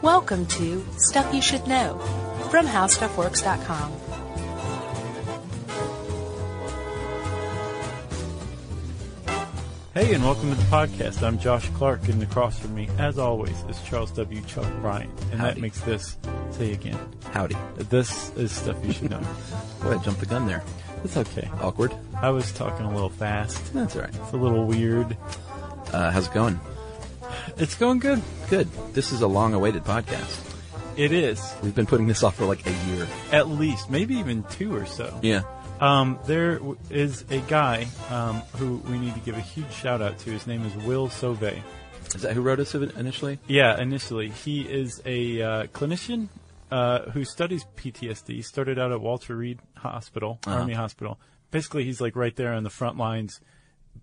Welcome to Stuff You Should Know from HowStuffWorks.com. Hey, and welcome to the podcast. I'm Josh Clark, and across from me, as always, is Charles W. Chuck Bryant. And that Howdy. makes this, say again, Howdy. this is stuff you should know. Boy, I jumped the gun there. it's okay. Awkward. I was talking a little fast. That's all right. It's a little weird. Uh, how's it going? It's going good. Good. This is a long-awaited podcast. It is, We've been putting this off for like a year. at least, maybe even two or so. Yeah. Um, there w- is a guy um, who we need to give a huge shout out to. His name is Will Sove. Is that who wrote us initially? Yeah, initially. He is a uh, clinician uh, who studies PTSD. He started out at Walter Reed Hospital, Uh-huh. Army Hospital. Basically, he's like right there on the front lines,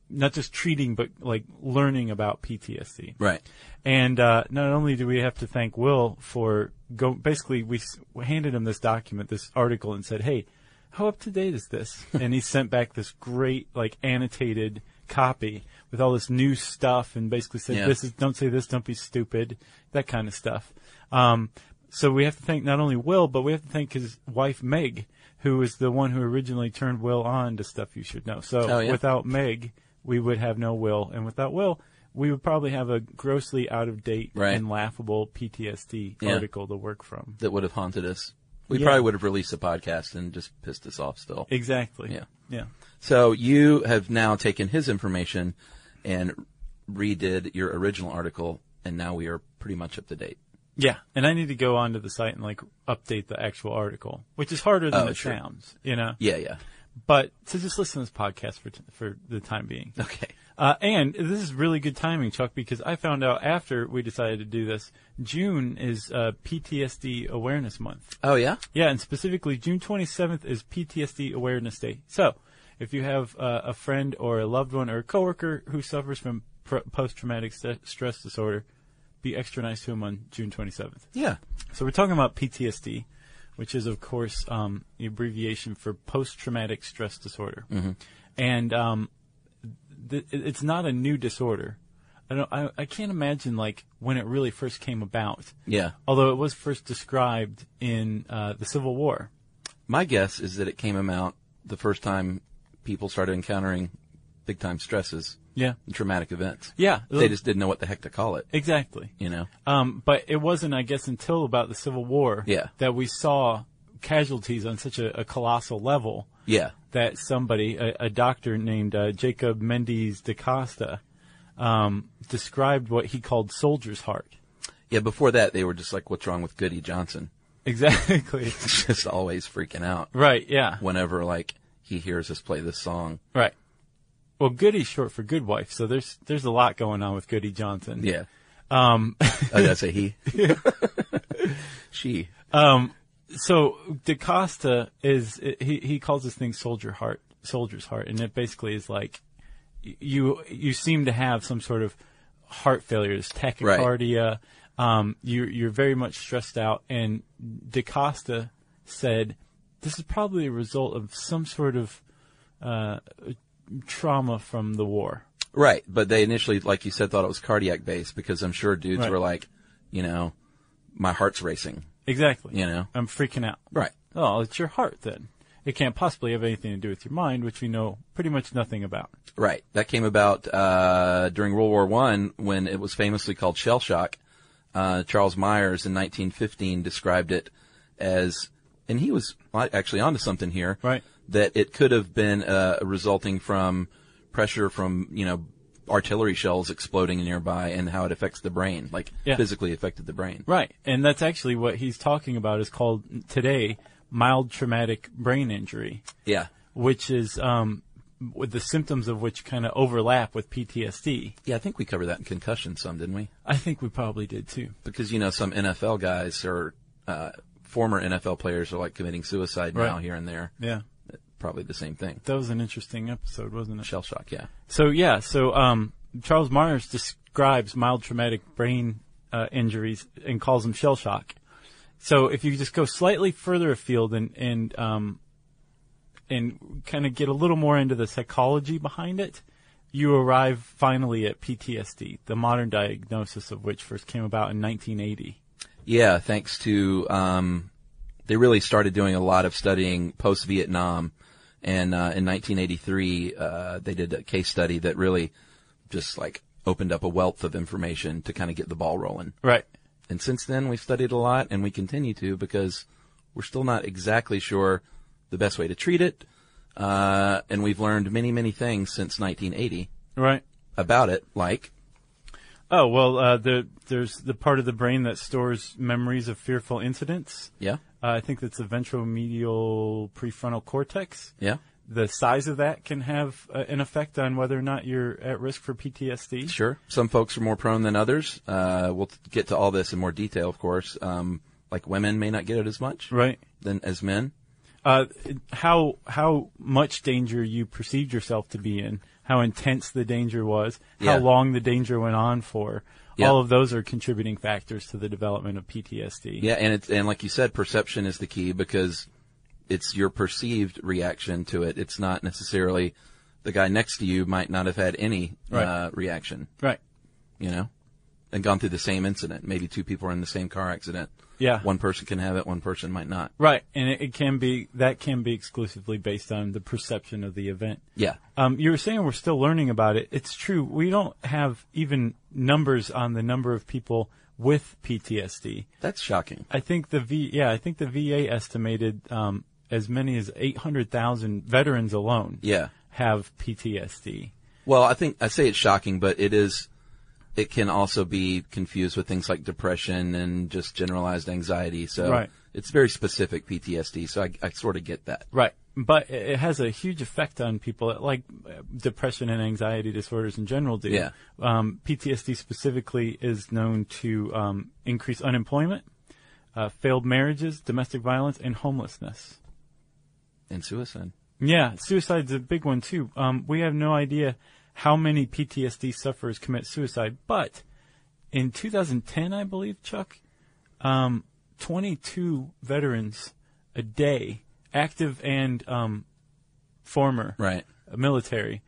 not just treating, but like learning about PTSD. Right. And uh, not only do we have to thank Will for go, basically we s- handed him this document, this article, and said, "Hey, how up to date is this?" and he sent back this great, like, annotated copy with all this new stuff, and basically said, Yeah. "This is don't say this, don't be stupid," that kind of stuff. Um, so we have to thank not only Will, but we have to thank his wife Meg, who is the one who originally turned Will on to stuff you should know. So Oh, yeah. without Meg, we would have no Will, and without Will, we would probably have a grossly out of date Right. and laughable PTSD Yeah. article to work from. That would have haunted us. We Yeah. probably would have released a podcast and just pissed us off still. Exactly. Yeah. Yeah. So you have now taken his information and redid your original article, and now we are pretty much up to date. Yeah. And I need to go onto the site and like update the actual article, which is harder than Oh, it sure. sounds, you know. Yeah, yeah. But to just listen to this podcast for t- for the time being. Okay. Uh, and this is really good timing, Chuck, because I found out after we decided to do this, June is uh, PTSD Awareness Month. Oh yeah. Yeah, and specifically June 27th is PTSD Awareness Day. So, if you have uh, a friend or a loved one or a coworker who suffers from pr- post-traumatic st- stress disorder, be extra nice to him on June 27th. Yeah. So we're talking about PTSD, which is of course um, the abbreviation for post-traumatic stress disorder, and um, th- it- it's not a new disorder. I don't. I, I can't imagine like when it really first came about. Yeah. Although it was first described in uh, the Civil War. My guess is that it came about the first time people started encountering big time stresses Yeah. and traumatic events. Yeah. They just didn't know what the heck to call it, exactly. you know? Um, but it wasn't, I guess, until about the Civil War Yeah. that we saw casualties on such a, a colossal level. Yeah. that somebody, a, a doctor named uh, Jacob Mendes da Costa, um, described what he called soldier's heart. Yeah, before that, they were just like, what's wrong with Goody Johnson? Exactly. just always freaking out right. Yeah. whenever, like, he hears us play this song. Right. Well, Goody's short for good wife, so there's there's a lot going on with Goody Johnson. Yeah. Um. oh, did I say he? she. So DaCosta is he he calls this thing soldier heart, soldier's heart, and it basically is like y- you you seem to have some sort of heart failures, tachycardia. Um, you you're very much stressed out, and DaCosta said this is probably a result of some sort of uh, trauma from the war. Right. But they initially, like you said, thought it was cardiac based because I'm sure dudes Right. were like, you know, my heart's racing, Exactly. you know? I'm freaking out. Right. Oh, it's your heart then. It can't possibly have anything to do with your mind, which we know pretty much nothing about. Right. That came about uh, during World War One when it was famously called shell shock. Uh, Charles Myers in 1915 described it as, and he was li- actually onto something here. Right. That it could have been uh, resulting from pressure from you know artillery shells exploding nearby and how it affects the brain, like Yeah. physically affected the brain. Right, and that's actually what he's talking about is called today mild traumatic brain injury, Yeah. which is um, with the symptoms of which kind of overlap with PTSD. Yeah, I think we covered that in concussion some, didn't we? I think we probably did too. because you know some NFL guys or uh, former NFL players are like committing suicide now Right. here and there. Yeah, Probably the same thing. that was an interesting episode, wasn't it? Shell shock, yeah. So yeah, so um, Charles Myers describes mild traumatic brain uh, injuries and calls them shell shock. So if you just go slightly further afield and and um, and kind of get a little more into the psychology behind it, you arrive finally at PTSD, the modern diagnosis of which first came about in 1980. Yeah, thanks to um, they really started doing a lot of studying post Vietnam, and uh, in 1983 uh, they did a case study that really just like opened up a wealth of information to kind of get the ball rolling. Right. And since then we've studied a lot, and we continue to because we're still not exactly sure the best way to treat it, uh, and we've learned many many things since 1980 Right. about it, like Oh well, uh, the, there's the part of the brain that stores memories of fearful incidents. yeah, Uh, I think that's the ventromedial prefrontal cortex. yeah, The size of that can have uh, an effect on whether or not you're at risk for PTSD. Sure. Some folks are more prone than others. Uh, we'll t- get to all this in more detail, of course. Um, like women may not get it as much Right. than as men. Uh, how how much danger you perceived yourself to be in, how intense the danger was, Yeah. how long the danger went on for. Yeah. All of those are contributing factors to the development of PTSD. Yeah, and it's and like you said, perception is the key because it's your perceived reaction to it. It's not necessarily the guy next to you might not have had any Right. uh, reaction, Right. you know, and gone through the same incident. Maybe two people are in the same car accident. Yeah. One person can have it, one person might not. Right, and it, it can be that can be exclusively based on the perception of the event. Yeah. Um, you were saying we're still learning about it. It's true. We don't have even numbers on the number of people with PTSD. That's shocking. I think the V, yeah, I think the VA estimated um, as many as 800,000 veterans alone Yeah. have PTSD. Well, I think I say it's shocking, but it is. It can also be confused with things like depression and just generalized anxiety. So Right. it's very specific PTSD. So I, I sort of get that. Right. But it it has a huge effect on people, like uh, depression and anxiety disorders in general do. Yeah. Um, PTSD specifically is known to um, increase unemployment, uh, failed marriages, domestic violence, and homelessness. And suicide. Yeah, suicide's a big one too. Um, we have no idea how many PTSD sufferers commit suicide, but in 2010, I believe, Chuck, um, 22 veterans a day, active and um, former Right. military,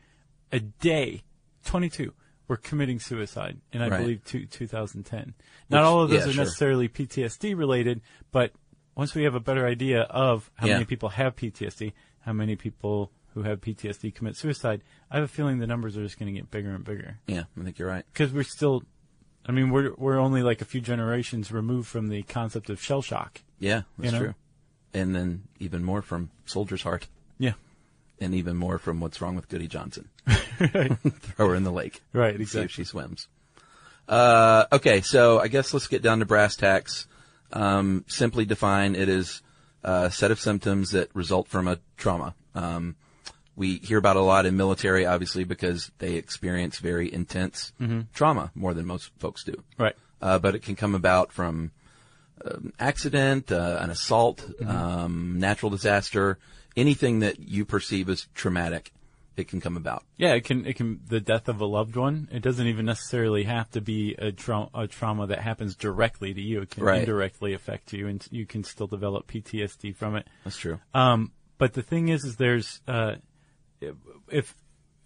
a day, 22 were committing suicide in I Right. believe two, 2010. Not all of those yeah, are sure. necessarily PTSD related, but once we have a better idea of how Yeah. many people have PTSD, how many people who have PTSD commit suicide, I have a feeling the numbers are just going to get bigger and bigger Yeah, I think you're right. because we're still. I mean, we're we're only like a few generations removed from the concept of shell shock. Yeah, that's You know? true. And then even more from Soldier's Heart, Yeah, and even more from What's Wrong with Goody Johnson. Throw her in the lake. right. See if Exactly. she swims. Uh, okay, so I guess let's get down to brass tacks. Um, simply define it as a set of symptoms that result from a trauma. Um, we hear about a lot in military, obviously, because they experience very intense trauma more than most folks do. Right. Uh, but it can come about from an accident, uh, an assault, um, natural disaster, anything that you perceive as traumatic. It can come about. Yeah, it can it can the death of a loved one. It doesn't even necessarily have to be a, trau- a trauma that happens directly to you. It can Right. indirectly affect you, and you can still develop PTSD from it. That's true. Um, but the thing is, is there's uh, if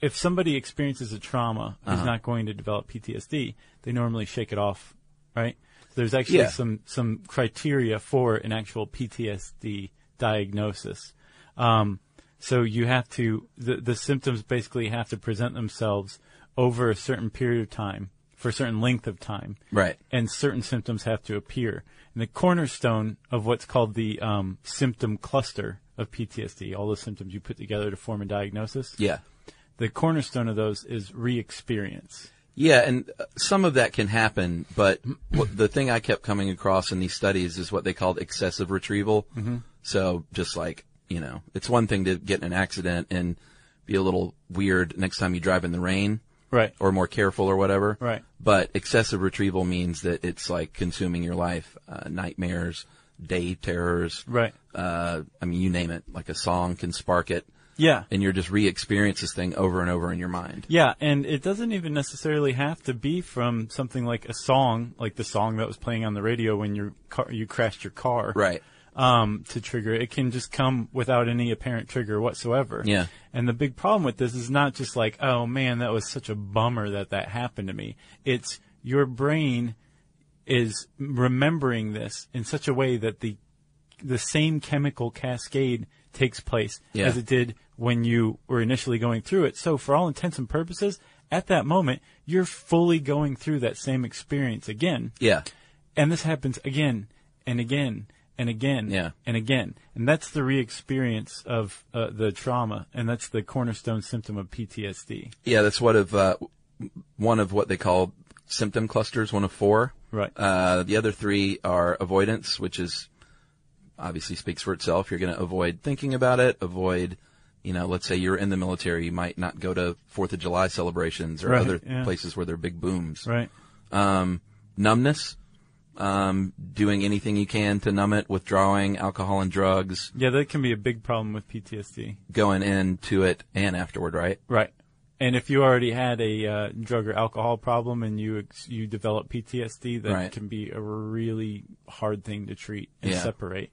if somebody experiences a trauma who's not going to develop PTSD, they normally shake it off, right? There's actually Yeah. some some criteria for an actual PTSD diagnosis. Um, so you have to the the symptoms basically have to present themselves over a certain period of time for a certain length of time Right. and certain symptoms have to appear. And the cornerstone of what's called the um, symptom cluster of PTSD, all the symptoms you put together to form a diagnosis, Yeah. the cornerstone of those is re experience. Yeah, and uh, some of that can happen, but what, the thing I kept coming across in these studies is what they called excessive retrieval. Mm-hmm. So just like, you know, it's one thing to get in an accident and be a little weird next time you drive in the rain Right. or more careful or whatever. Right. But excessive retrieval means that it's like consuming your life, uh, nightmares, day terrors. Right. Uh, I mean, you name it, like a song can spark it Yeah. and you're just re-experience this thing over and over in your mind. Yeah, and it doesn't even necessarily have to be from something like a song, like the song that was playing on the radio when your car, you crashed your car. Right. um, to trigger. It can just come without any apparent trigger whatsoever. Yeah. And the big problem with this is not just like, oh man, that was such a bummer that that happened to me. It's your brain is remembering this in such a way that the the same chemical cascade takes place Yeah. as it did when you were initially going through it. So for all intents and purposes, at that moment, you're fully going through that same experience again. Yeah. And this happens again and again and again Yeah. and again. And that's the re-experience of uh, the trauma. And that's the cornerstone symptom of PTSD. Yeah, that's what of uh, one of what they call symptom clusters, one of four. Right. Uh, the other three are avoidance, which is obviously speaks for itself. You're going to avoid thinking about it. Avoid, you know, let's say you're in the military, you might not go to Fourth of July celebrations or Right, other yeah. places where there are big booms. Right. Numbness, um, doing anything you can to numb it, withdrawing alcohol and drugs, Yeah, that can be a big problem with PTSD. going into it and afterward, right? Right. And if you already had a uh, drug or alcohol problem and you ex- you develop PTSD, that Right. can be a really hard thing to treat and Yeah. separate.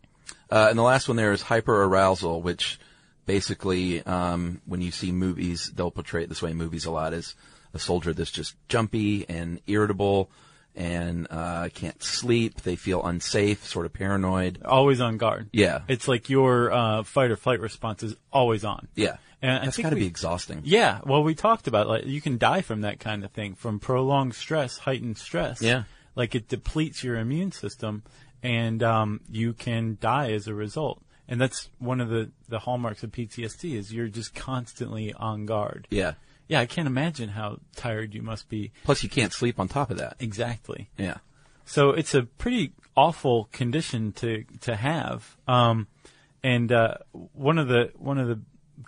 Uh, and the last one there is hyperarousal, which basically, um, when you see movies, they'll portray it this way in movies a lot is a soldier that's just jumpy and irritable and, uh, can't sleep. They feel unsafe, sort of paranoid. Always on guard. Yeah. It's like your uh, fight or flight response is always on. yeah. And I That's think gotta we- be exhausting. Yeah, well, we talked about like you can die from that kind of thing, from prolonged stress, heightened stress. Yeah. like it depletes your immune system, and um, you can die as a result. And that's one of the the hallmarks of PTSD is you're just constantly on guard. Yeah. Yeah, I can't imagine how tired you must be. Plus you can't sleep on top of that. Exactly. Yeah. So it's a pretty awful condition to to have. Um, and uh, one of the one of the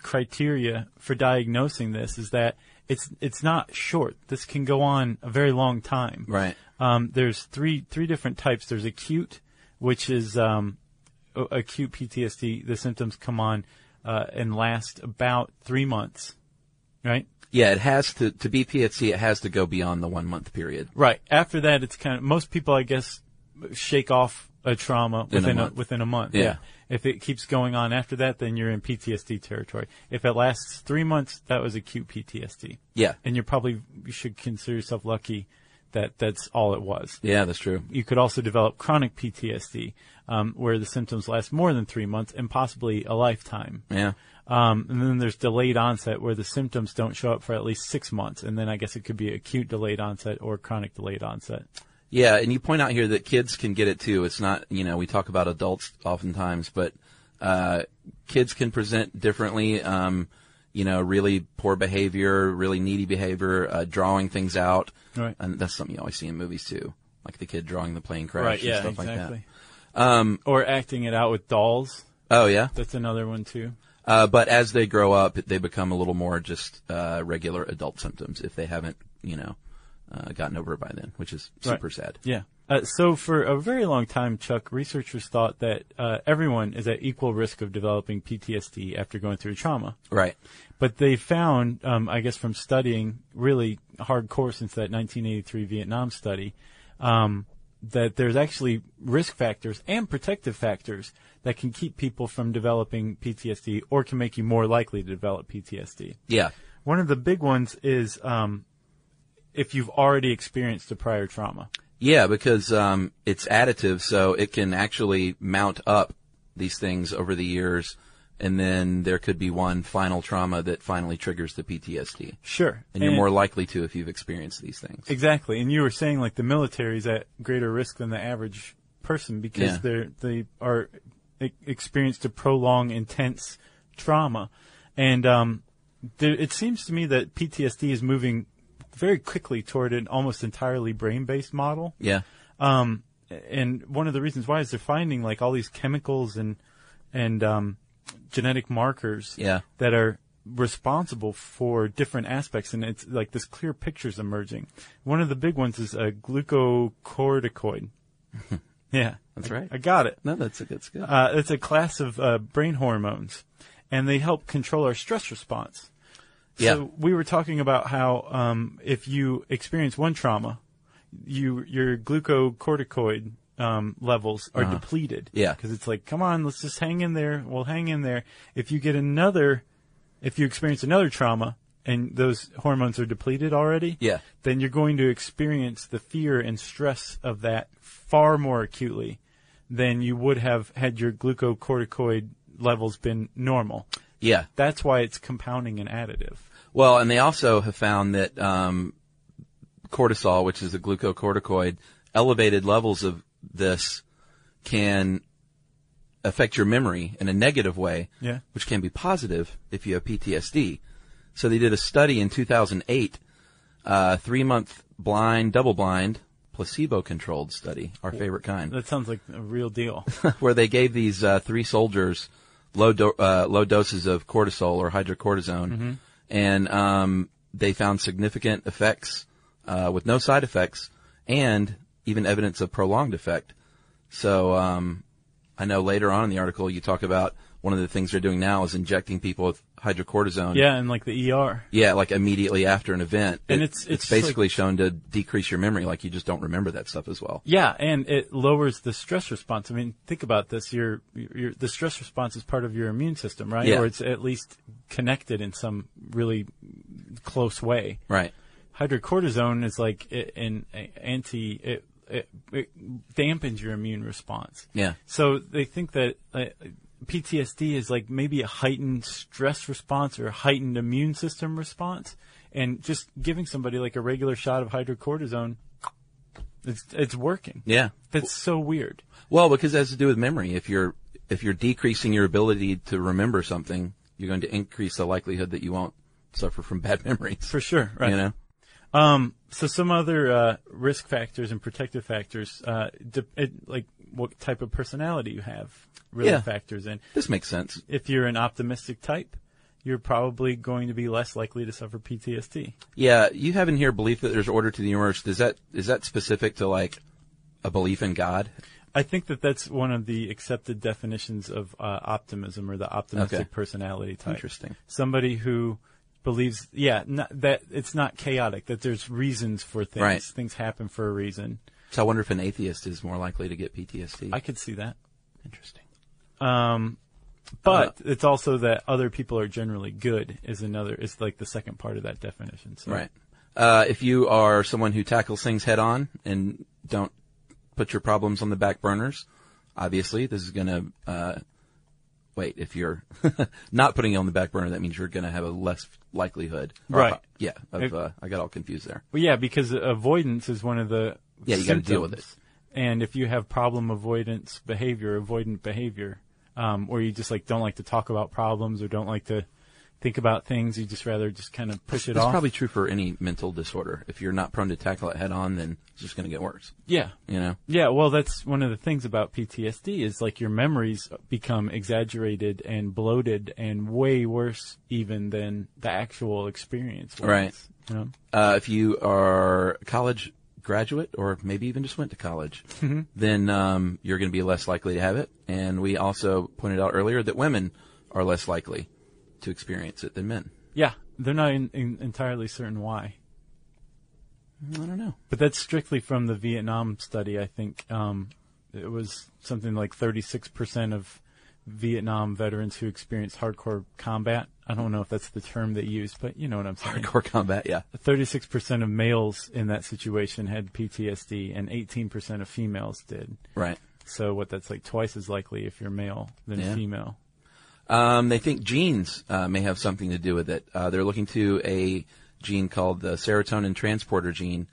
criteria for diagnosing this is that it's it's not short. This can go on a very long time. Right. Um, there's three three different types. There's acute, which is um, a- acute PTSD. The symptoms come on uh, and last about three months, right? Yeah. It has to, to be PTSD, it has to go beyond the one month period. Right. After that, it's kind of most people, I guess, shake off a trauma In a within a, month. within a month. Yeah. If it keeps going on after that, then you're in PTSD territory. If it lasts three months, that was acute PTSD, Yeah. and you're probably you should consider yourself lucky that that's all it was. Yeah. That's true. You could also develop chronic PTSD, um, where the symptoms last more than three months and possibly a lifetime. Yeah. Um, and then there's delayed onset where the symptoms don't show up for at least six months. And then I guess it could be acute delayed onset or chronic delayed onset. Yeah, and you point out here that kids can get it too. It's not, you know, we talk about adults oftentimes, but uh, kids can present differently. Um, you know, really poor behavior, really needy behavior, uh, drawing things out, Right. and that's something you always see in movies too, like the kid drawing the plane crash and stuff like Um, or acting it out with dolls. that. Oh yeah, That's another one too. uh, but as they grow up, they become a little more just uh, regular adult symptoms if they haven't, you know, uh, gotten over it by then, which is super Right. sad. Yeah. Uh, so for a very long time, Chuck, researchers thought that uh, everyone is at equal risk of developing PTSD after going through trauma. Right. But they found, um, I guess, from studying really hardcore since that 1983 Vietnam study, um, that there's actually risk factors and protective factors that can keep people from developing PTSD or can make you more likely to develop PTSD. Yeah. One of the big ones is um, if you've already experienced a prior trauma. Yeah, because um, it's additive, so it can actually mount up these things over the years, and then there could be one final trauma that finally triggers the PTSD. Sure. And you're more likely to if you've experienced these things. Exactly. And you were saying like the military is at greater risk than the average person because Yeah. they're, they are e- experienced a prolonged intense trauma. And, um, there, it seems to me that PTSD is moving very quickly toward an almost entirely brain-based model. Yeah. Um, and one of the reasons why is they're finding like all these chemicals and and um, genetic markers Yeah. that are responsible for different aspects, and it's like this clear picture's emerging. One of the big ones is a glucocorticoid. yeah, That's I- right. I got it. No, that's a good skill. Uh, it's a class of uh, brain hormones, and they help control our stress response. Yeah. So we were talking about how um, if you experience one trauma, you your glucocorticoid um, levels are depleted. Uh-huh. Yeah. Because it's like, come on, let's just hang in there. We'll hang in there. If you get another, if you experience another trauma, and those hormones are depleted already, Yeah. then you're going to experience the fear and stress of that far more acutely than you would have had your glucocorticoid levels been normal. Yeah. That's why it's compounding and additive. Well, and they also have found that um, cortisol, which is a glucocorticoid, elevated levels of this can affect your memory in a negative way, Yeah. which can be positive if you have PTSD. So they did a study in 2008, uh, three month blind, double blind, placebo controlled study, our favorite kind That sounds like a real deal. where they gave these uh, three soldiers low do- uh, low doses of cortisol or hydrocortisone, Mm-hmm. and um, they found significant effects uh, with no side effects and even evidence of prolonged effect. So um, I know later on in the article you talk about one of the things they're doing now is injecting people with hydrocortisone. yeah, and like the ER. Yeah, like immediately after an event. And It- it's- it's basically shown to decrease your memory, like you just don't remember that stuff as well. Yeah, and it lowers the stress response. I mean, think about this. Your, your the stress response is part of your immune system, right? Yeah. Or it's at least connected in some really close way. Right. Hydrocortisone is like i- an a- anti. It, it, it dampens your immune response. Yeah. So they think that uh, PTSD is like maybe a heightened stress response or a heightened immune system response, and just giving somebody like a regular shot of hydrocortisone, it's it's working. Yeah. That's so weird. Well, because it has to do with memory. If you're if you're decreasing your ability to remember something, you're going to increase the likelihood that you won't suffer from bad memories. For sure, right? You know, Um, so some other uh, risk factors and protective factors, uh, de- it, like what type of personality you have, really Yeah. factors in. this makes sense. If you're an optimistic type, you're probably going to be less likely to suffer PTSD. Yeah, you have in here belief that there's order to the universe. Does that is that specific to like a belief in God? I think that that's one of the accepted definitions of uh, optimism or the optimistic Okay. personality type. Interesting. Somebody who believes, yeah, not, that it's not chaotic, that there's reasons for things. Right. Things happen for a reason. So I wonder if an atheist is more likely to get PTSD. I could see that. Interesting. Uh, But it's also that other people are generally good is another is like the second part of that definition. So. Right. Uh, if you are someone who tackles things head on and don't put your problems on the back burners, obviously this is going to, uh, wait, if you're not putting it on the back burner, that means you're going to have a less likelihood. or- Right. yeah. It- Of, uh, I got all confused there. Well, yeah, because avoidance is one of the Yeah, you gotta deal with symptoms. And if you have problem avoidance behavior, avoidant behavior, um, or you just like don't like to talk about problems or don't like to think about things, you just rather just kind of push it It's off. probably true for any mental disorder. If you're not prone to tackle it head on, then it's just going to get worse. yeah, You know? Yeah, well, that's one of the things about PTSD is like your memories become exaggerated and bloated and way worse even than the actual experience was. Right. You know? Uh, if you are a college graduate or maybe even just went to college, then um, you're going to be less likely to have it. And we also pointed out earlier that women are less likely to experience it than men. Yeah, they're not in, in, entirely certain why, I don't know. but that's strictly from the Vietnam study. I think um, it was something like 36% of Vietnam veterans who experienced hardcore combat. I don't know if that's the term they used, but you know what I'm saying. Hardcore combat, yeah. 36% of males in that situation had PTSD and 18% of females did. Right. So what that's like twice as likely if you're male than Yeah. female. Um, they think genes uh, may have something to do with it. Uh, they're looking to a gene called the serotonin transporter gene,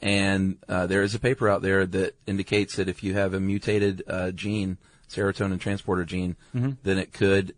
and uh, there is a paper out there that indicates that if you have a mutated uh, gene, serotonin transporter gene, Mm-hmm. then it could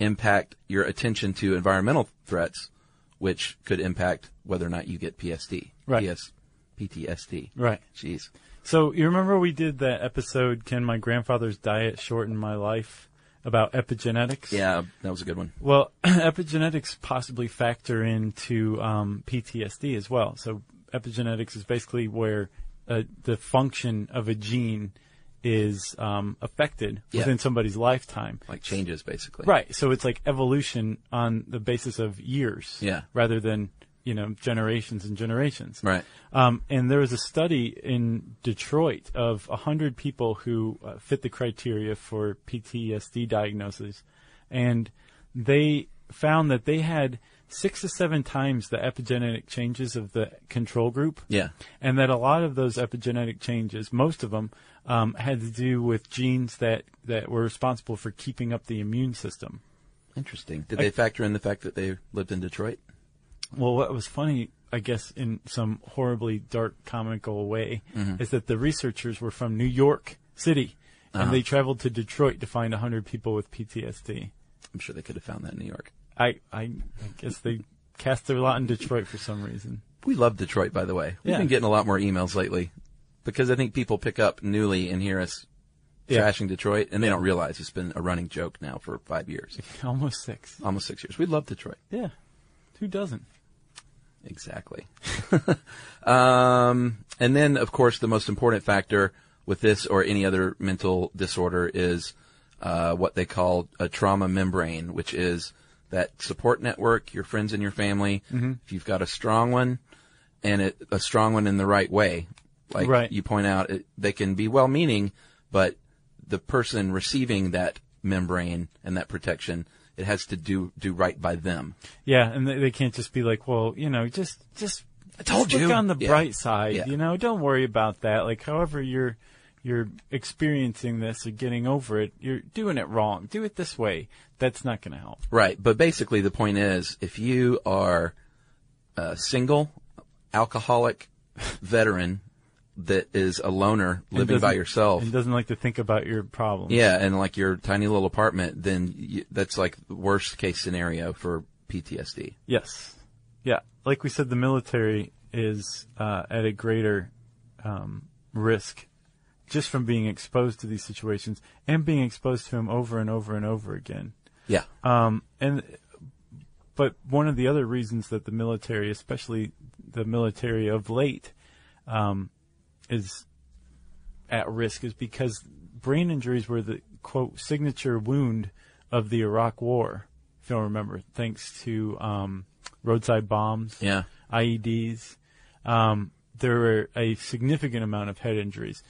impact your attention to environmental threats, which could impact whether or not you get PSD. Right. PS, PTSD. Right. Jeez. So you remember we did that episode, Can My Grandfather's Diet Shorten My Life? About epigenetics? Yeah, that was a good one. Well, epigenetics possibly factor into um, PTSD as well. So epigenetics is basically where uh, the function of a gene is um, affected Yeah. within somebody's lifetime. Like changes, basically. Right. So it's like evolution on the basis of years. Yeah. Rather than, you know, generations and generations. Right. Um, and there was a study in Detroit of 100 people who uh, fit the criteria for PTSD diagnosis. And they found that they had six to seven times the epigenetic changes of the control group. Yeah. And that a lot of those epigenetic changes, most of them, um, had to do with genes that, that were responsible for keeping up the immune system. Interesting. Did they factor in the fact that they lived in Detroit? Well, what was funny, I guess, in some horribly dark, comical way, is that the researchers were from New York City and they traveled to Detroit to find 100 people with PTSD. I'm sure they could have found that in New York. I, I, I guess they cast their lot in Detroit for some reason. We love Detroit, by the way. We've Yeah. been getting a lot more emails lately because I think people pick up newly and hear us Yeah. trashing Detroit, and they don't realize it's been a running joke now for five years, Almost six. almost six years. We love Detroit. Yeah. Who doesn't? Exactly. um, and then, of course, the most important factor with this or any other mental disorder is uh, what they call a trauma membrane, which is that support network, your friends and your family. If you've got a strong one, and it, a strong one in the right way, like Right. you point out, it, they can be well-meaning, but the person receiving that membrane and that protection, it has to do do right by them. Yeah, and they, they can't just be like, well, you know, just just I told just look you. on the Yeah. bright side, Yeah. you know, don't worry about that. Like, however you're you're experiencing this or getting over it, you're doing it wrong. Do it this way. That's not going to help. Right, but basically the point is, if you are a single, alcoholic veteran that is a loner living by doesn't- yourself, And doesn't like to think about your problem. Oh. yeah, and like your tiny little apartment, then you, that's like the worst case scenario for PTSD. Yes. Yeah. Like we said, the military is uh, at a greater um, risk just from being exposed to these situations and being exposed to them over and over and over again. Yeah, Um, and but one of the other reasons that the military, especially the military of late, um, is at risk is because brain injuries were the quote signature wound of the Iraq War. If you don't remember, thanks to um, roadside bombs, Yeah. IEDs, um, there were a significant amount of head injuries.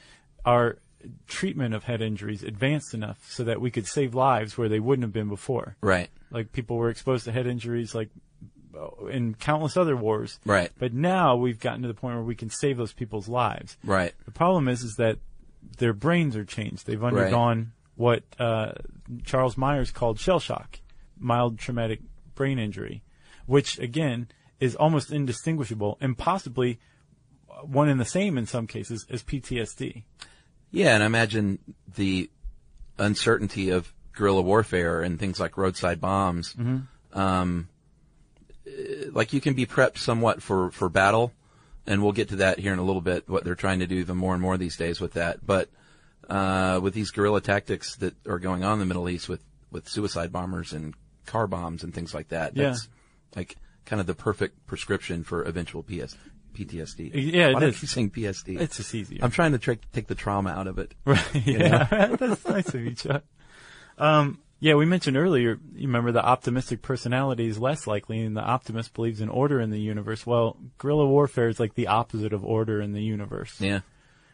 Our treatment of head injuries advanced enough so that we could save lives where they wouldn't have been before right, like people were exposed to head injuries like oh, in countless other wars Right. but now we've gotten to the point where we can save those people's lives right. the problem is is that their brains are changed they've undergone what uh, charles myers called shell shock mild traumatic brain injury which again is almost indistinguishable and possibly one and the same in some cases as ptsd Yeah, and I imagine the uncertainty of guerrilla warfare and things like roadside bombs. Um, Mm-hmm. eh, like you can be prepped somewhat for, for battle, and we'll get to that here in a little bit. What they're trying to do even more and more these days with that, but uh, with these guerrilla tactics that are going on in the Middle East with with suicide bombers and car bombs and things like that. Yeah. That's like kind of the perfect prescription for eventual PS, PTSD. Yeah, it Why do I is. keep saying PSD. it's just easier I'm trying to tra- take the trauma out of it. Right. Yeah. That's nice of you, Chuck. Um, yeah, we mentioned earlier, you remember the optimistic personality is less likely and the optimist believes in order in the universe. Well, guerrilla warfare is like the opposite of order in the universe. Yeah.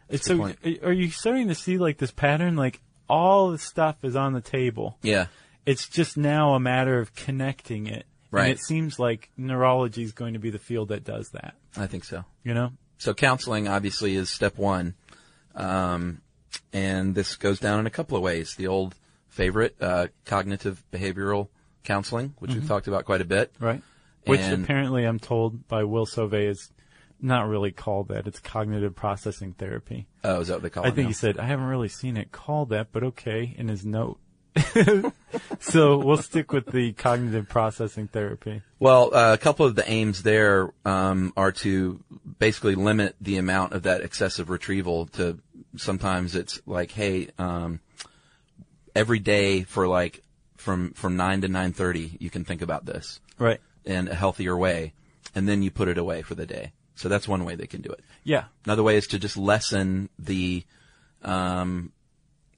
It's a good so are you starting to see like this pattern? Like all the stuff is on the table. Yeah. It's just now a matter of connecting it. Right. And it seems like neurology is going to be the field that does that, I think so. you know? So counseling obviously is step one. Um, and this goes down in a couple of ways. The old favorite, uh, cognitive behavioral counseling, which we've talked about quite a bit. Right. Which And- apparently I'm told by Will Sauvé is not really called that. It's cognitive processing therapy. Oh, is that what they call I it? think now? he said, I haven't really seen it called that, but okay, in his note. so we'll stick with the cognitive processing therapy. Well, uh, a couple of the aims there um, are to basically limit the amount of that excessive retrieval. To sometimes it's like, hey, um, every day for like from from nine to nine thirty, you can think about this Right. in a healthier way, and then you put it away for the day. So that's one way they can do it. Yeah. Another way is to just lessen the um,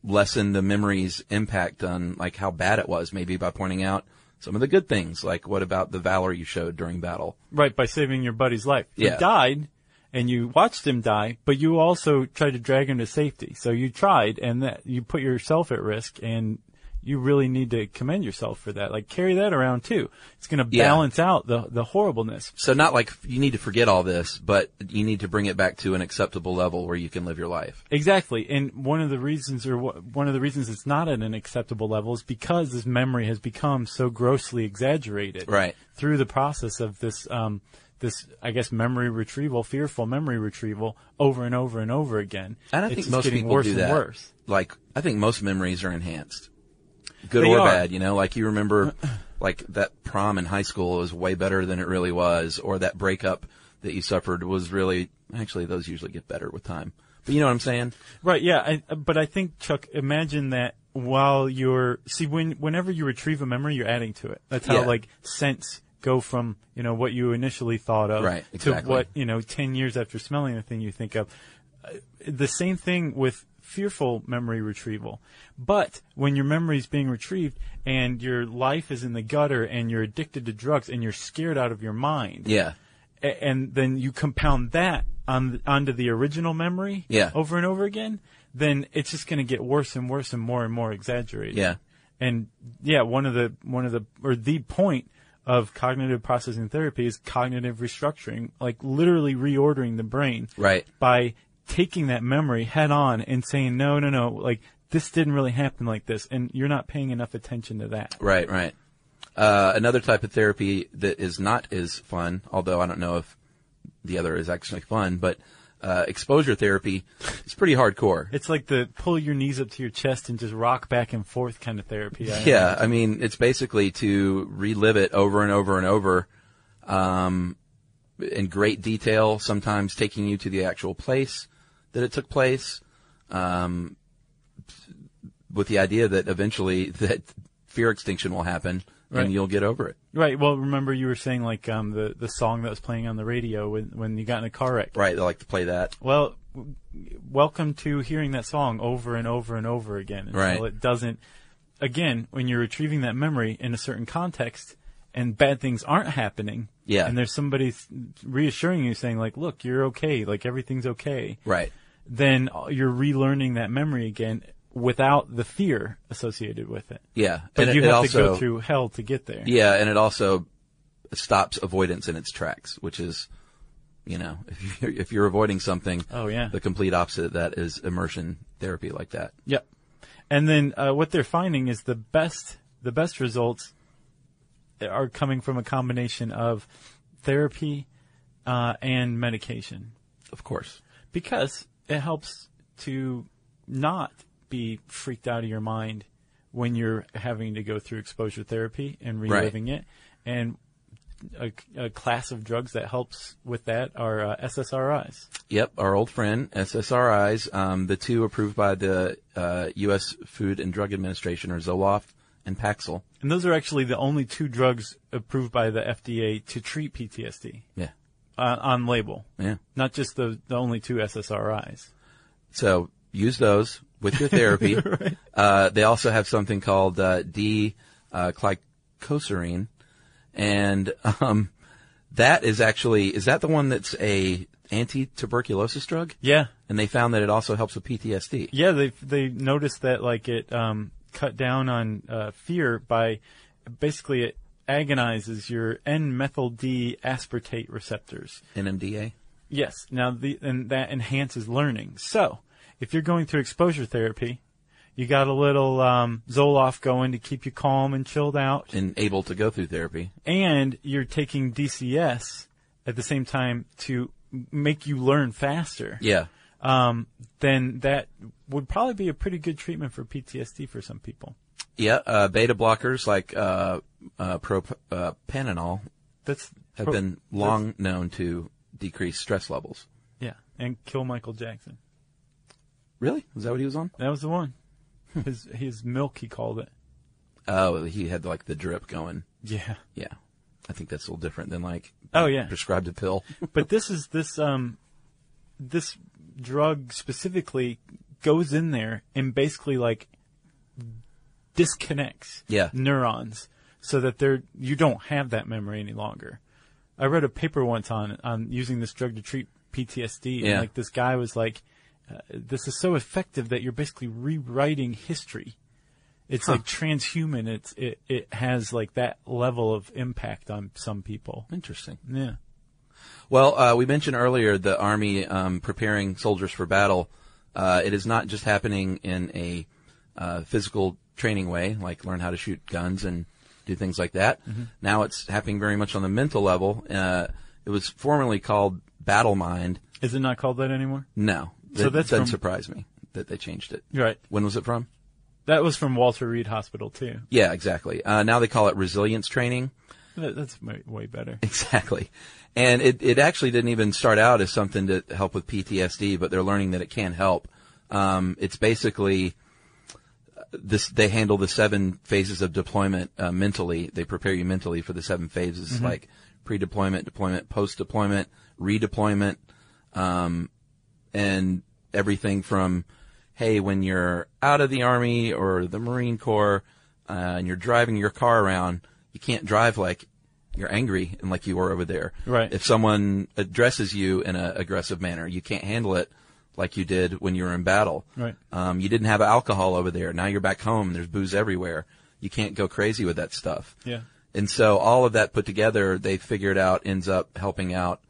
lessen the memory's impact on like how bad it was, maybe by pointing out some of the good things, like what about the valor you showed during battle? Right. By saving your buddy's life. Yeah. He died and you watched him die, but you also tried to drag him to safety. So you tried and that you put yourself at risk and you really need to commend yourself for that. Like carry that around too. It's going to Yeah. balance out the the horribleness. So not like you need to forget all this, but you need to bring it back to an acceptable level where you can live your life. Exactly. And one of the reasons or wh- one of the reasons it's not at an acceptable level is because this memory has become so grossly exaggerated. Right. Through the process of this um this I guess memory retrieval, fearful memory retrieval over and over and over again. And I It's think just most getting people worse do that. and worse. Like I think most memories are enhanced, good They or are. bad. You know, like you remember, like that prom in high school was way better than it really was, or that breakup that you suffered was really. Actually, those usually get better with time. But you know what I'm saying? Right. Yeah. I, but I think Chuck, imagine that while you're see when whenever you retrieve a memory, you're adding to it. That's how Yeah. like scents go from you know what you initially thought of Right, to exactly. what you know ten years after smelling the thing you think of. Uh, The same thing with fearful memory retrieval. But when your memory is being retrieved and your life is in the gutter and you're addicted to drugs and you're scared out of your mind, Yeah. a- and then you compound that on onto the original memory Yeah. over and over again, then it's just going to get worse and worse and more and more exaggerated. Yeah. And yeah, one of the one of the or the point of cognitive processing therapy is cognitive restructuring, like literally reordering the brain Right. by taking that memory head on and saying no, no, no, like this didn't really happen like this, and you're not paying enough attention to that. Right, right. Uh, another type of therapy that is not as fun, although I don't know if the other is actually fun, but uh, exposure therapy is pretty hardcore. It's like the pull your knees up to your chest and just rock back and forth kind of therapy. I Yeah, I mean, it's basically to relive it over and over and over, um, in great detail, sometimes taking you to the actual place that it took place, um, with the idea that eventually that fear extinction will happen Right. and you'll get over it. Right. Well, remember you were saying like um, the the song that was playing on the radio when when you got in a car wreck. Right, I like to play that. Well, w- welcome to hearing that song over and over and over again until Right. it doesn't. Again, when you're retrieving that memory in a certain context, and bad things aren't happening. Yeah. And there's somebody s- reassuring you, saying like, "Look, you're okay. Like everything's okay." Right. Then you're relearning that memory again without the fear associated with it. Yeah, But and you it, have it to go also- through hell to get there. Yeah, and it also stops avoidance in its tracks, which is, you know, if you're, if you're avoiding something, Oh, yeah. the complete opposite of that is immersion therapy like that. Yep. And then uh, what they're finding is the best the best results are coming from a combination of therapy uh, and medication Of course. because it helps to not be freaked out of your mind when you're having to go through exposure therapy and Right. reliving it. And a, a class of drugs that helps with that are uh, SSRIs. Yep, our old friend SSRIs, um, the two approved by the uh, U.S. Food and Drug Administration are Zoloft and Paxil. And those are actually the only two drugs approved by the FDA to treat PTSD. Yeah, uh, on label, yeah. not just the, the only two SSRIs. So use those with your therapy. uh, they also have something called uh, D uh, glycoserine, and um, that is actually is that the one that's a anti-tuberculosis drug? Yeah, And they found that it also helps with PTSD. yeah. They they noticed that like it um, cut down on uh, fear by basically it agonizes your N-methyl D aspartate receptors. NMDA. Yes. Now the and that enhances learning. So if you're going through exposure therapy, you got a little um, Zoloft going to keep you calm and chilled out. And able to go through therapy. and you're taking DCS at the same time to make you learn faster, Yeah. um, then that would probably be a pretty good treatment for PTSD for some people. Yeah. Uh, beta blockers like uh, uh, propanol uh, Panadol That's have been long known to decrease stress levels. yeah, and kill Michael Jackson. Really? Is that what he was on? That was the one. Hmm. his his milk, he called it. Oh, he had like the drip going. Yeah, Yeah. I think that's a little different than like Oh, yeah. prescribed a pill. but this is this um, this drug specifically goes in there and basically like disconnects Yeah. neurons so that they're you don't have that memory any longer. I read a paper once on on using this drug to treat PTSD, and Yeah. like this guy was like, uh, "This is so effective that you're basically rewriting history." It's like transhuman. It's it it has like that level of impact on some people. Interesting. Yeah. Well, uh, we mentioned earlier the army um, preparing soldiers for battle. Uh, it is not just happening in a uh, physical training way, like learn how to shoot guns and do things like that. Mm-hmm. Now it's happening very much on the mental level. Uh, it was formerly called Battle Mind. Is it not called that anymore? No, that So that's doesn't from- surprise me that they changed it. Right. When was it from? That was from Walter Reed Hospital too. Yeah, exactly. Uh, now they call it resilience training. That, that's way, way better. Exactly. And it, it actually didn't even start out as something to help with PTSD, but they're learning that it can help. Um, it's basically this, they handle the seven phases of deployment, uh, mentally. They prepare you mentally for the seven phases, Mm-hmm. like pre-deployment, deployment, post-deployment, redeployment, um, and everything from, hey, when you're out of the army or the Marine Corps, uh, and you're driving your car around, you can't drive like you're angry and like you were over there. Right. If someone addresses you in an aggressive manner, you can't handle it like you did when you were in battle. Right. Um, you didn't have alcohol over there. Now you're back home. There's booze everywhere. You can't go crazy with that stuff. Yeah. And so all of that put together, they figured out ends up helping out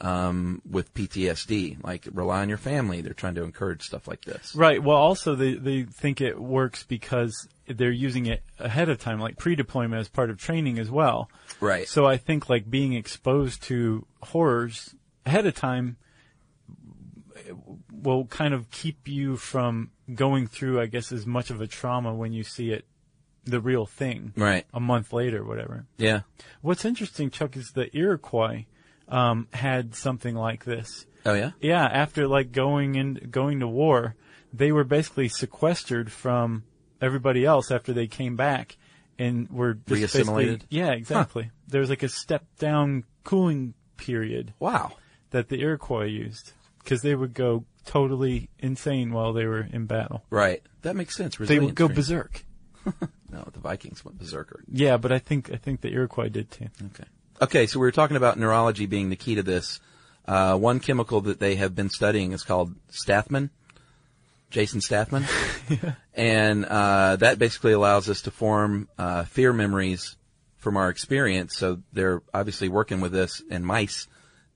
um, with PTSD. Like rely on your family. They're trying to encourage stuff like this. Right. Well, also they they think it works because they're using it ahead of time, like pre-deployment as part of training as well. Right. So I think like being exposed to horrors ahead of time will kind of keep you from going through, I guess, as much of a trauma when you see it, the real thing, Right. a month later, whatever. Yeah. What's interesting, Chuck, is the Iroquois um, had something like this. Oh yeah. Yeah, after like going in going to war, they were basically sequestered from everybody else after they came back and were just basically- Reassimilated? Yeah, exactly. There was like a step down cooling period Wow. that the Iroquois used because they would go totally insane while they were in battle. Right. That makes sense. They Resilience would go training. berserk. No, the Vikings went berserker. Yeah, but I think I think the Iroquois did too. Okay. Okay, so we were talking about neurology being the key to this. Uh, one chemical that they have been studying is called Stathman, Jason Stathman. And uh, that basically allows us to form uh, fear memories from our experience. So they're obviously working with this in mice,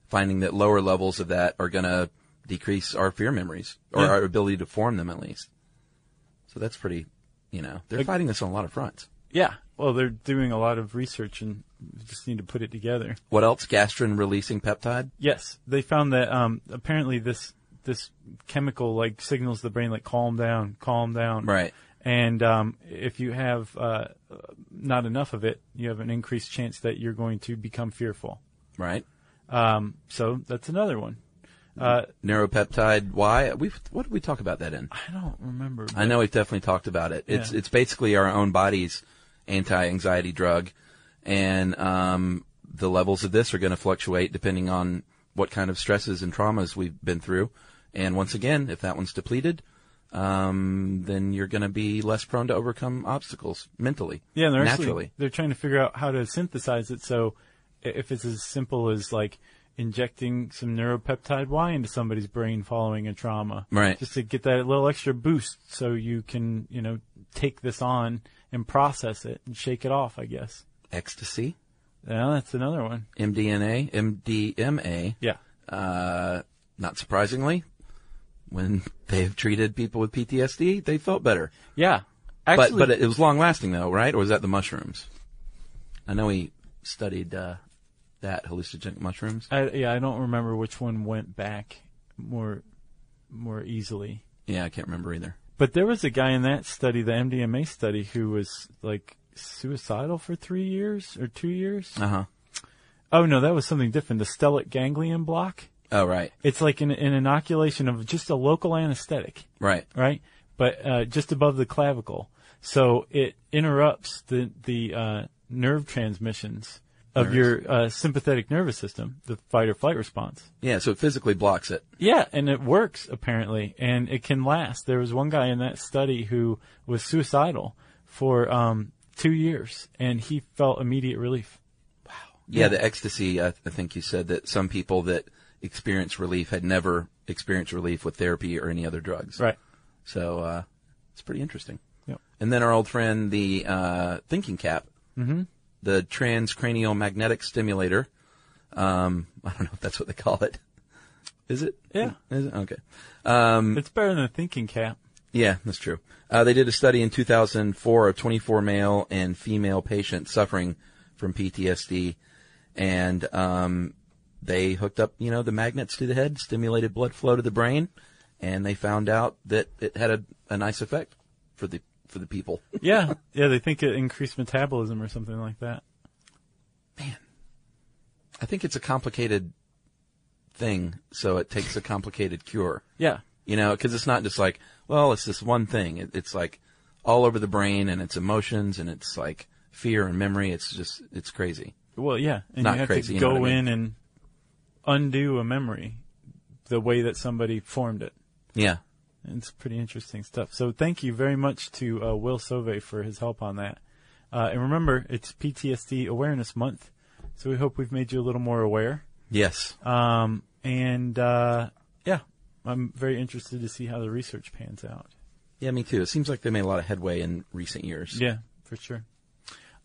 finding that lower levels of that are going to decrease our fear memories or Yeah. our ability to form them at least. So that's pretty, you know, they're Like- fighting this on a lot of fronts. Yeah. Well, they're doing a lot of research and we just need to put it together. What else? Gastrin releasing peptide? Yes, they found that um, apparently this this chemical like signals the brain like calm down, calm down. Right. And um, if you have uh, not enough of it, you have an increased chance that you're going to become fearful. Right. Um, so that's another one. Uh, neuropeptide Y. We what did we talk about that in? I don't remember. I know we've definitely talked about it. It's Yeah. it's basically our own body's anti-anxiety drug, and um, the levels of this are going to fluctuate depending on what kind of stresses and traumas we've been through. And once again, if that one's depleted, um, then you're going to be less prone to overcome obstacles mentally. Yeah, and they're actually- naturally. they're trying to figure out how to synthesize it. So i- if it's as simple as like injecting some neuropeptide Y into somebody's brain following a trauma, Right. Just to get that little extra boost, so you can you know take this on and process it and shake it off. I guess. Ecstasy, Yeah, that's another one. MDNA, MDMA. Yeah. uh, not surprisingly, when they've treated people with PTSD, they felt better. Yeah. Actually, but but it, was long lasting though, right? Or was that the mushrooms? I know he studied uh, that hallucinogenic mushrooms. I, yeah, I don't remember which one went back more more easily. Yeah, I can't remember either. But there was a guy in that study, the MDMA study, who was like suicidal for three years or two years. Uh huh. Oh no, that was something different. The stellate ganglion block. Oh right, It's like an, an inoculation of just a local anesthetic, right. right? But uh, just above the clavicle, so it interrupts the the uh, nerve transmissions of your uh, sympathetic nervous system, the fight or flight response. Yeah, so it physically blocks it. Yeah, and it works apparently, and it can last. There was one guy in that study who was suicidal for um, two years, and he felt immediate relief. Yeah, the ecstasy. I, I think you said that some people that experience relief had never experienced relief with therapy or any other drugs. Right. So uh, it's pretty interesting. Yep. And then our old friend, the uh, thinking cap, Mm-hmm. the transcranial magnetic stimulator. Um, I don't know if that's what they call it. Is it? Yeah. Is it? Okay. Mm. It's better than a thinking cap. Yeah, that's true. Uh, they did a study in 2004 of 24 male and female patients suffering from PTSD, and um, they hooked up, you know, the magnets to the head, stimulated blood flow to the brain, and they found out that it had a, a nice effect for the for the people. Yeah, yeah. They think it increased metabolism or something like that. I think it's a complicated thing, so it takes a complicated cure. Yeah, You know, because it's not just like, well, it's this one thing. It, it's like all over the brain and it's emotions and it's like fear and memory. It's just, it's crazy. Well, yeah, and Not you have crazy, to you go know what I in and undo a memory the way that somebody formed it. Yeah. And It's pretty interesting stuff. So thank you very much to uh, Will Sove for his help on that. Uh, and remember, it's PTSD Awareness Month, so we hope we've made you a little more aware. Yes. Um, and uh, yeah, I'm very interested to see how the research pans out. yeah, me too. It seems like they made a lot of headway in recent years. Yeah, for sure.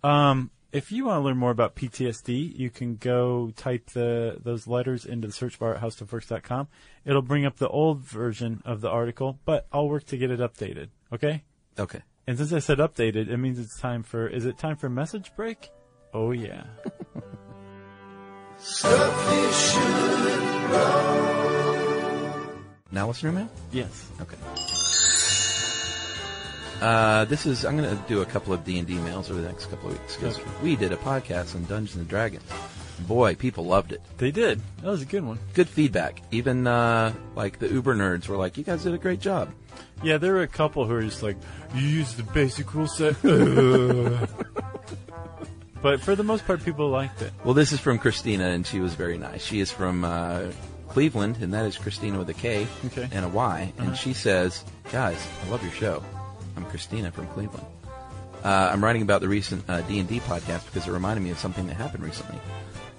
Um, if you want to learn more about PTSD, you can go type the those letters into the search bar at howstuffworks.com. It'll bring up the old version of the article, but I'll work to get it updated. Okay. Okay. And since I said updated, it means it's time for. Is it time for message break? Oh yeah. Now listener mail? yes. Okay. Uh, this is, I'm going to do a couple of D&D mails over the next couple of weeks because Okay. we did a podcast on Dungeons and Dragons. Boy, people loved it. They did. That was a good one. Good feedback. Even, uh, like the Uber nerds were like, you guys did a great job. Yeah, there were a couple who were just like, you use the basic rule set. Ugh." but for the most part, people liked it. Well, this is from Christina, and she was very nice. She is from uh, Cleveland, and that is Christina with a K Okay. and a Y. And she says, "Guys, I love your show. I'm Christina from Cleveland. Uh, I'm writing about the recent uh, D&D podcast because it reminded me of something that happened recently.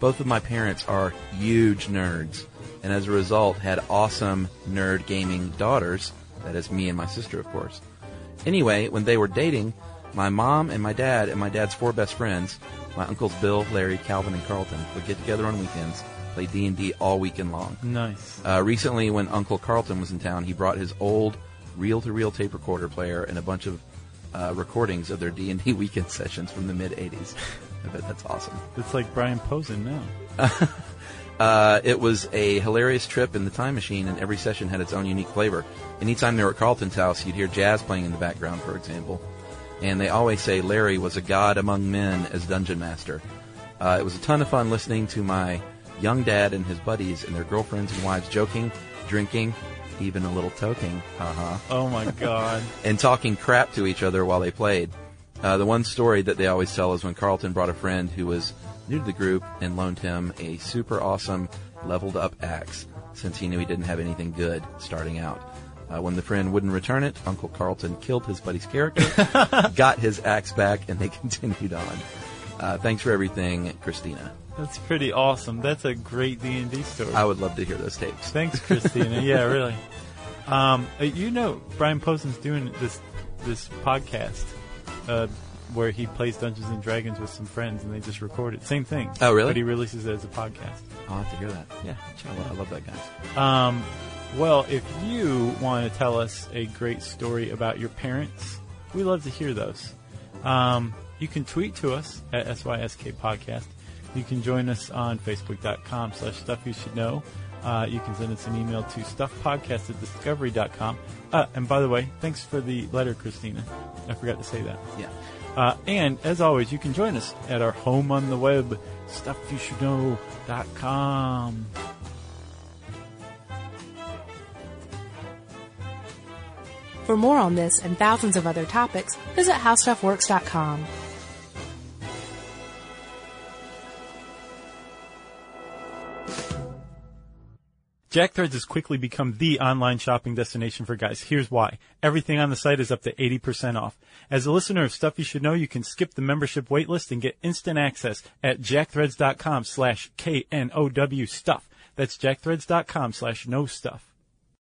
Both of my parents are huge nerds, and as a result, had awesome nerd gaming daughters. That is me and my sister, of course. Anyway, when they were dating, my mom and my dad and my dad's four best friends, my uncles Bill, Larry, Calvin, and Carlton, would get together on weekends, play D&D all weekend long. Nice. Uh, recently, when Uncle Carlton was in town, he brought his old reel-to-reel tape recorder player and a bunch of uh, recordings of their D and D weekend sessions from the mid '80s. I bet that's awesome. It's like Brian Posen now. Uh, it was a hilarious trip in the time machine, and every session had its own unique flavor. Anytime they were at Carlton's house, you'd hear jazz playing in the background, for example. And they always say Larry was a god among men as dungeon master. Uh, it was a ton of fun listening to my young dad and his buddies and their girlfriends and wives joking, drinking, even a little toking. Uh-huh Oh my god. and talking crap to each other while they played. Uh, the one story that they always tell is when Carlton brought a friend who was new to the group and loaned him a super awesome leveled up axe since he knew he didn't have anything good starting out. Uh, when the friend wouldn't return it, Uncle Carlton killed his buddy's character, got his axe back, and they continued on. Uh, thanks for everything, Christina. That's pretty awesome. That's a great D&D story. I would love to hear those tapes. Thanks, Christina. yeah, really. Um, uh, you know, Brian Posen's doing this this podcast uh, where he plays Dungeons and Dragons with some friends, and they just record it. Same thing. Oh, really? But he releases it as a podcast. I'll Oh, have to hear that. Yeah, I love, I love that guy. Um, well, if you want to tell us a great story about your parents, we love to hear those. Um, you can tweet to us at SYSK Podcast. You can join us on Facebook.com slash Stuff You Should Know. Uh, you can send us an email to stuffpodcast at discovery.com. Uh, and by the way, thanks for the letter, Christina. I forgot to say that. Yeah. Uh, and as always, you can join us at our home on the web, stuffyoushouldknow.com. For more on this and thousands of other topics, visit howstuffworks.com. Jack Threads has quickly become the online shopping destination for guys. Here's why. Everything on the site is up to 80% off. As a listener of Stuff You Should Know, you can skip the membership waitlist and get instant access at jackthreads.com slash K-N-O-W stuff. That's jackthreads.com slash no stuff.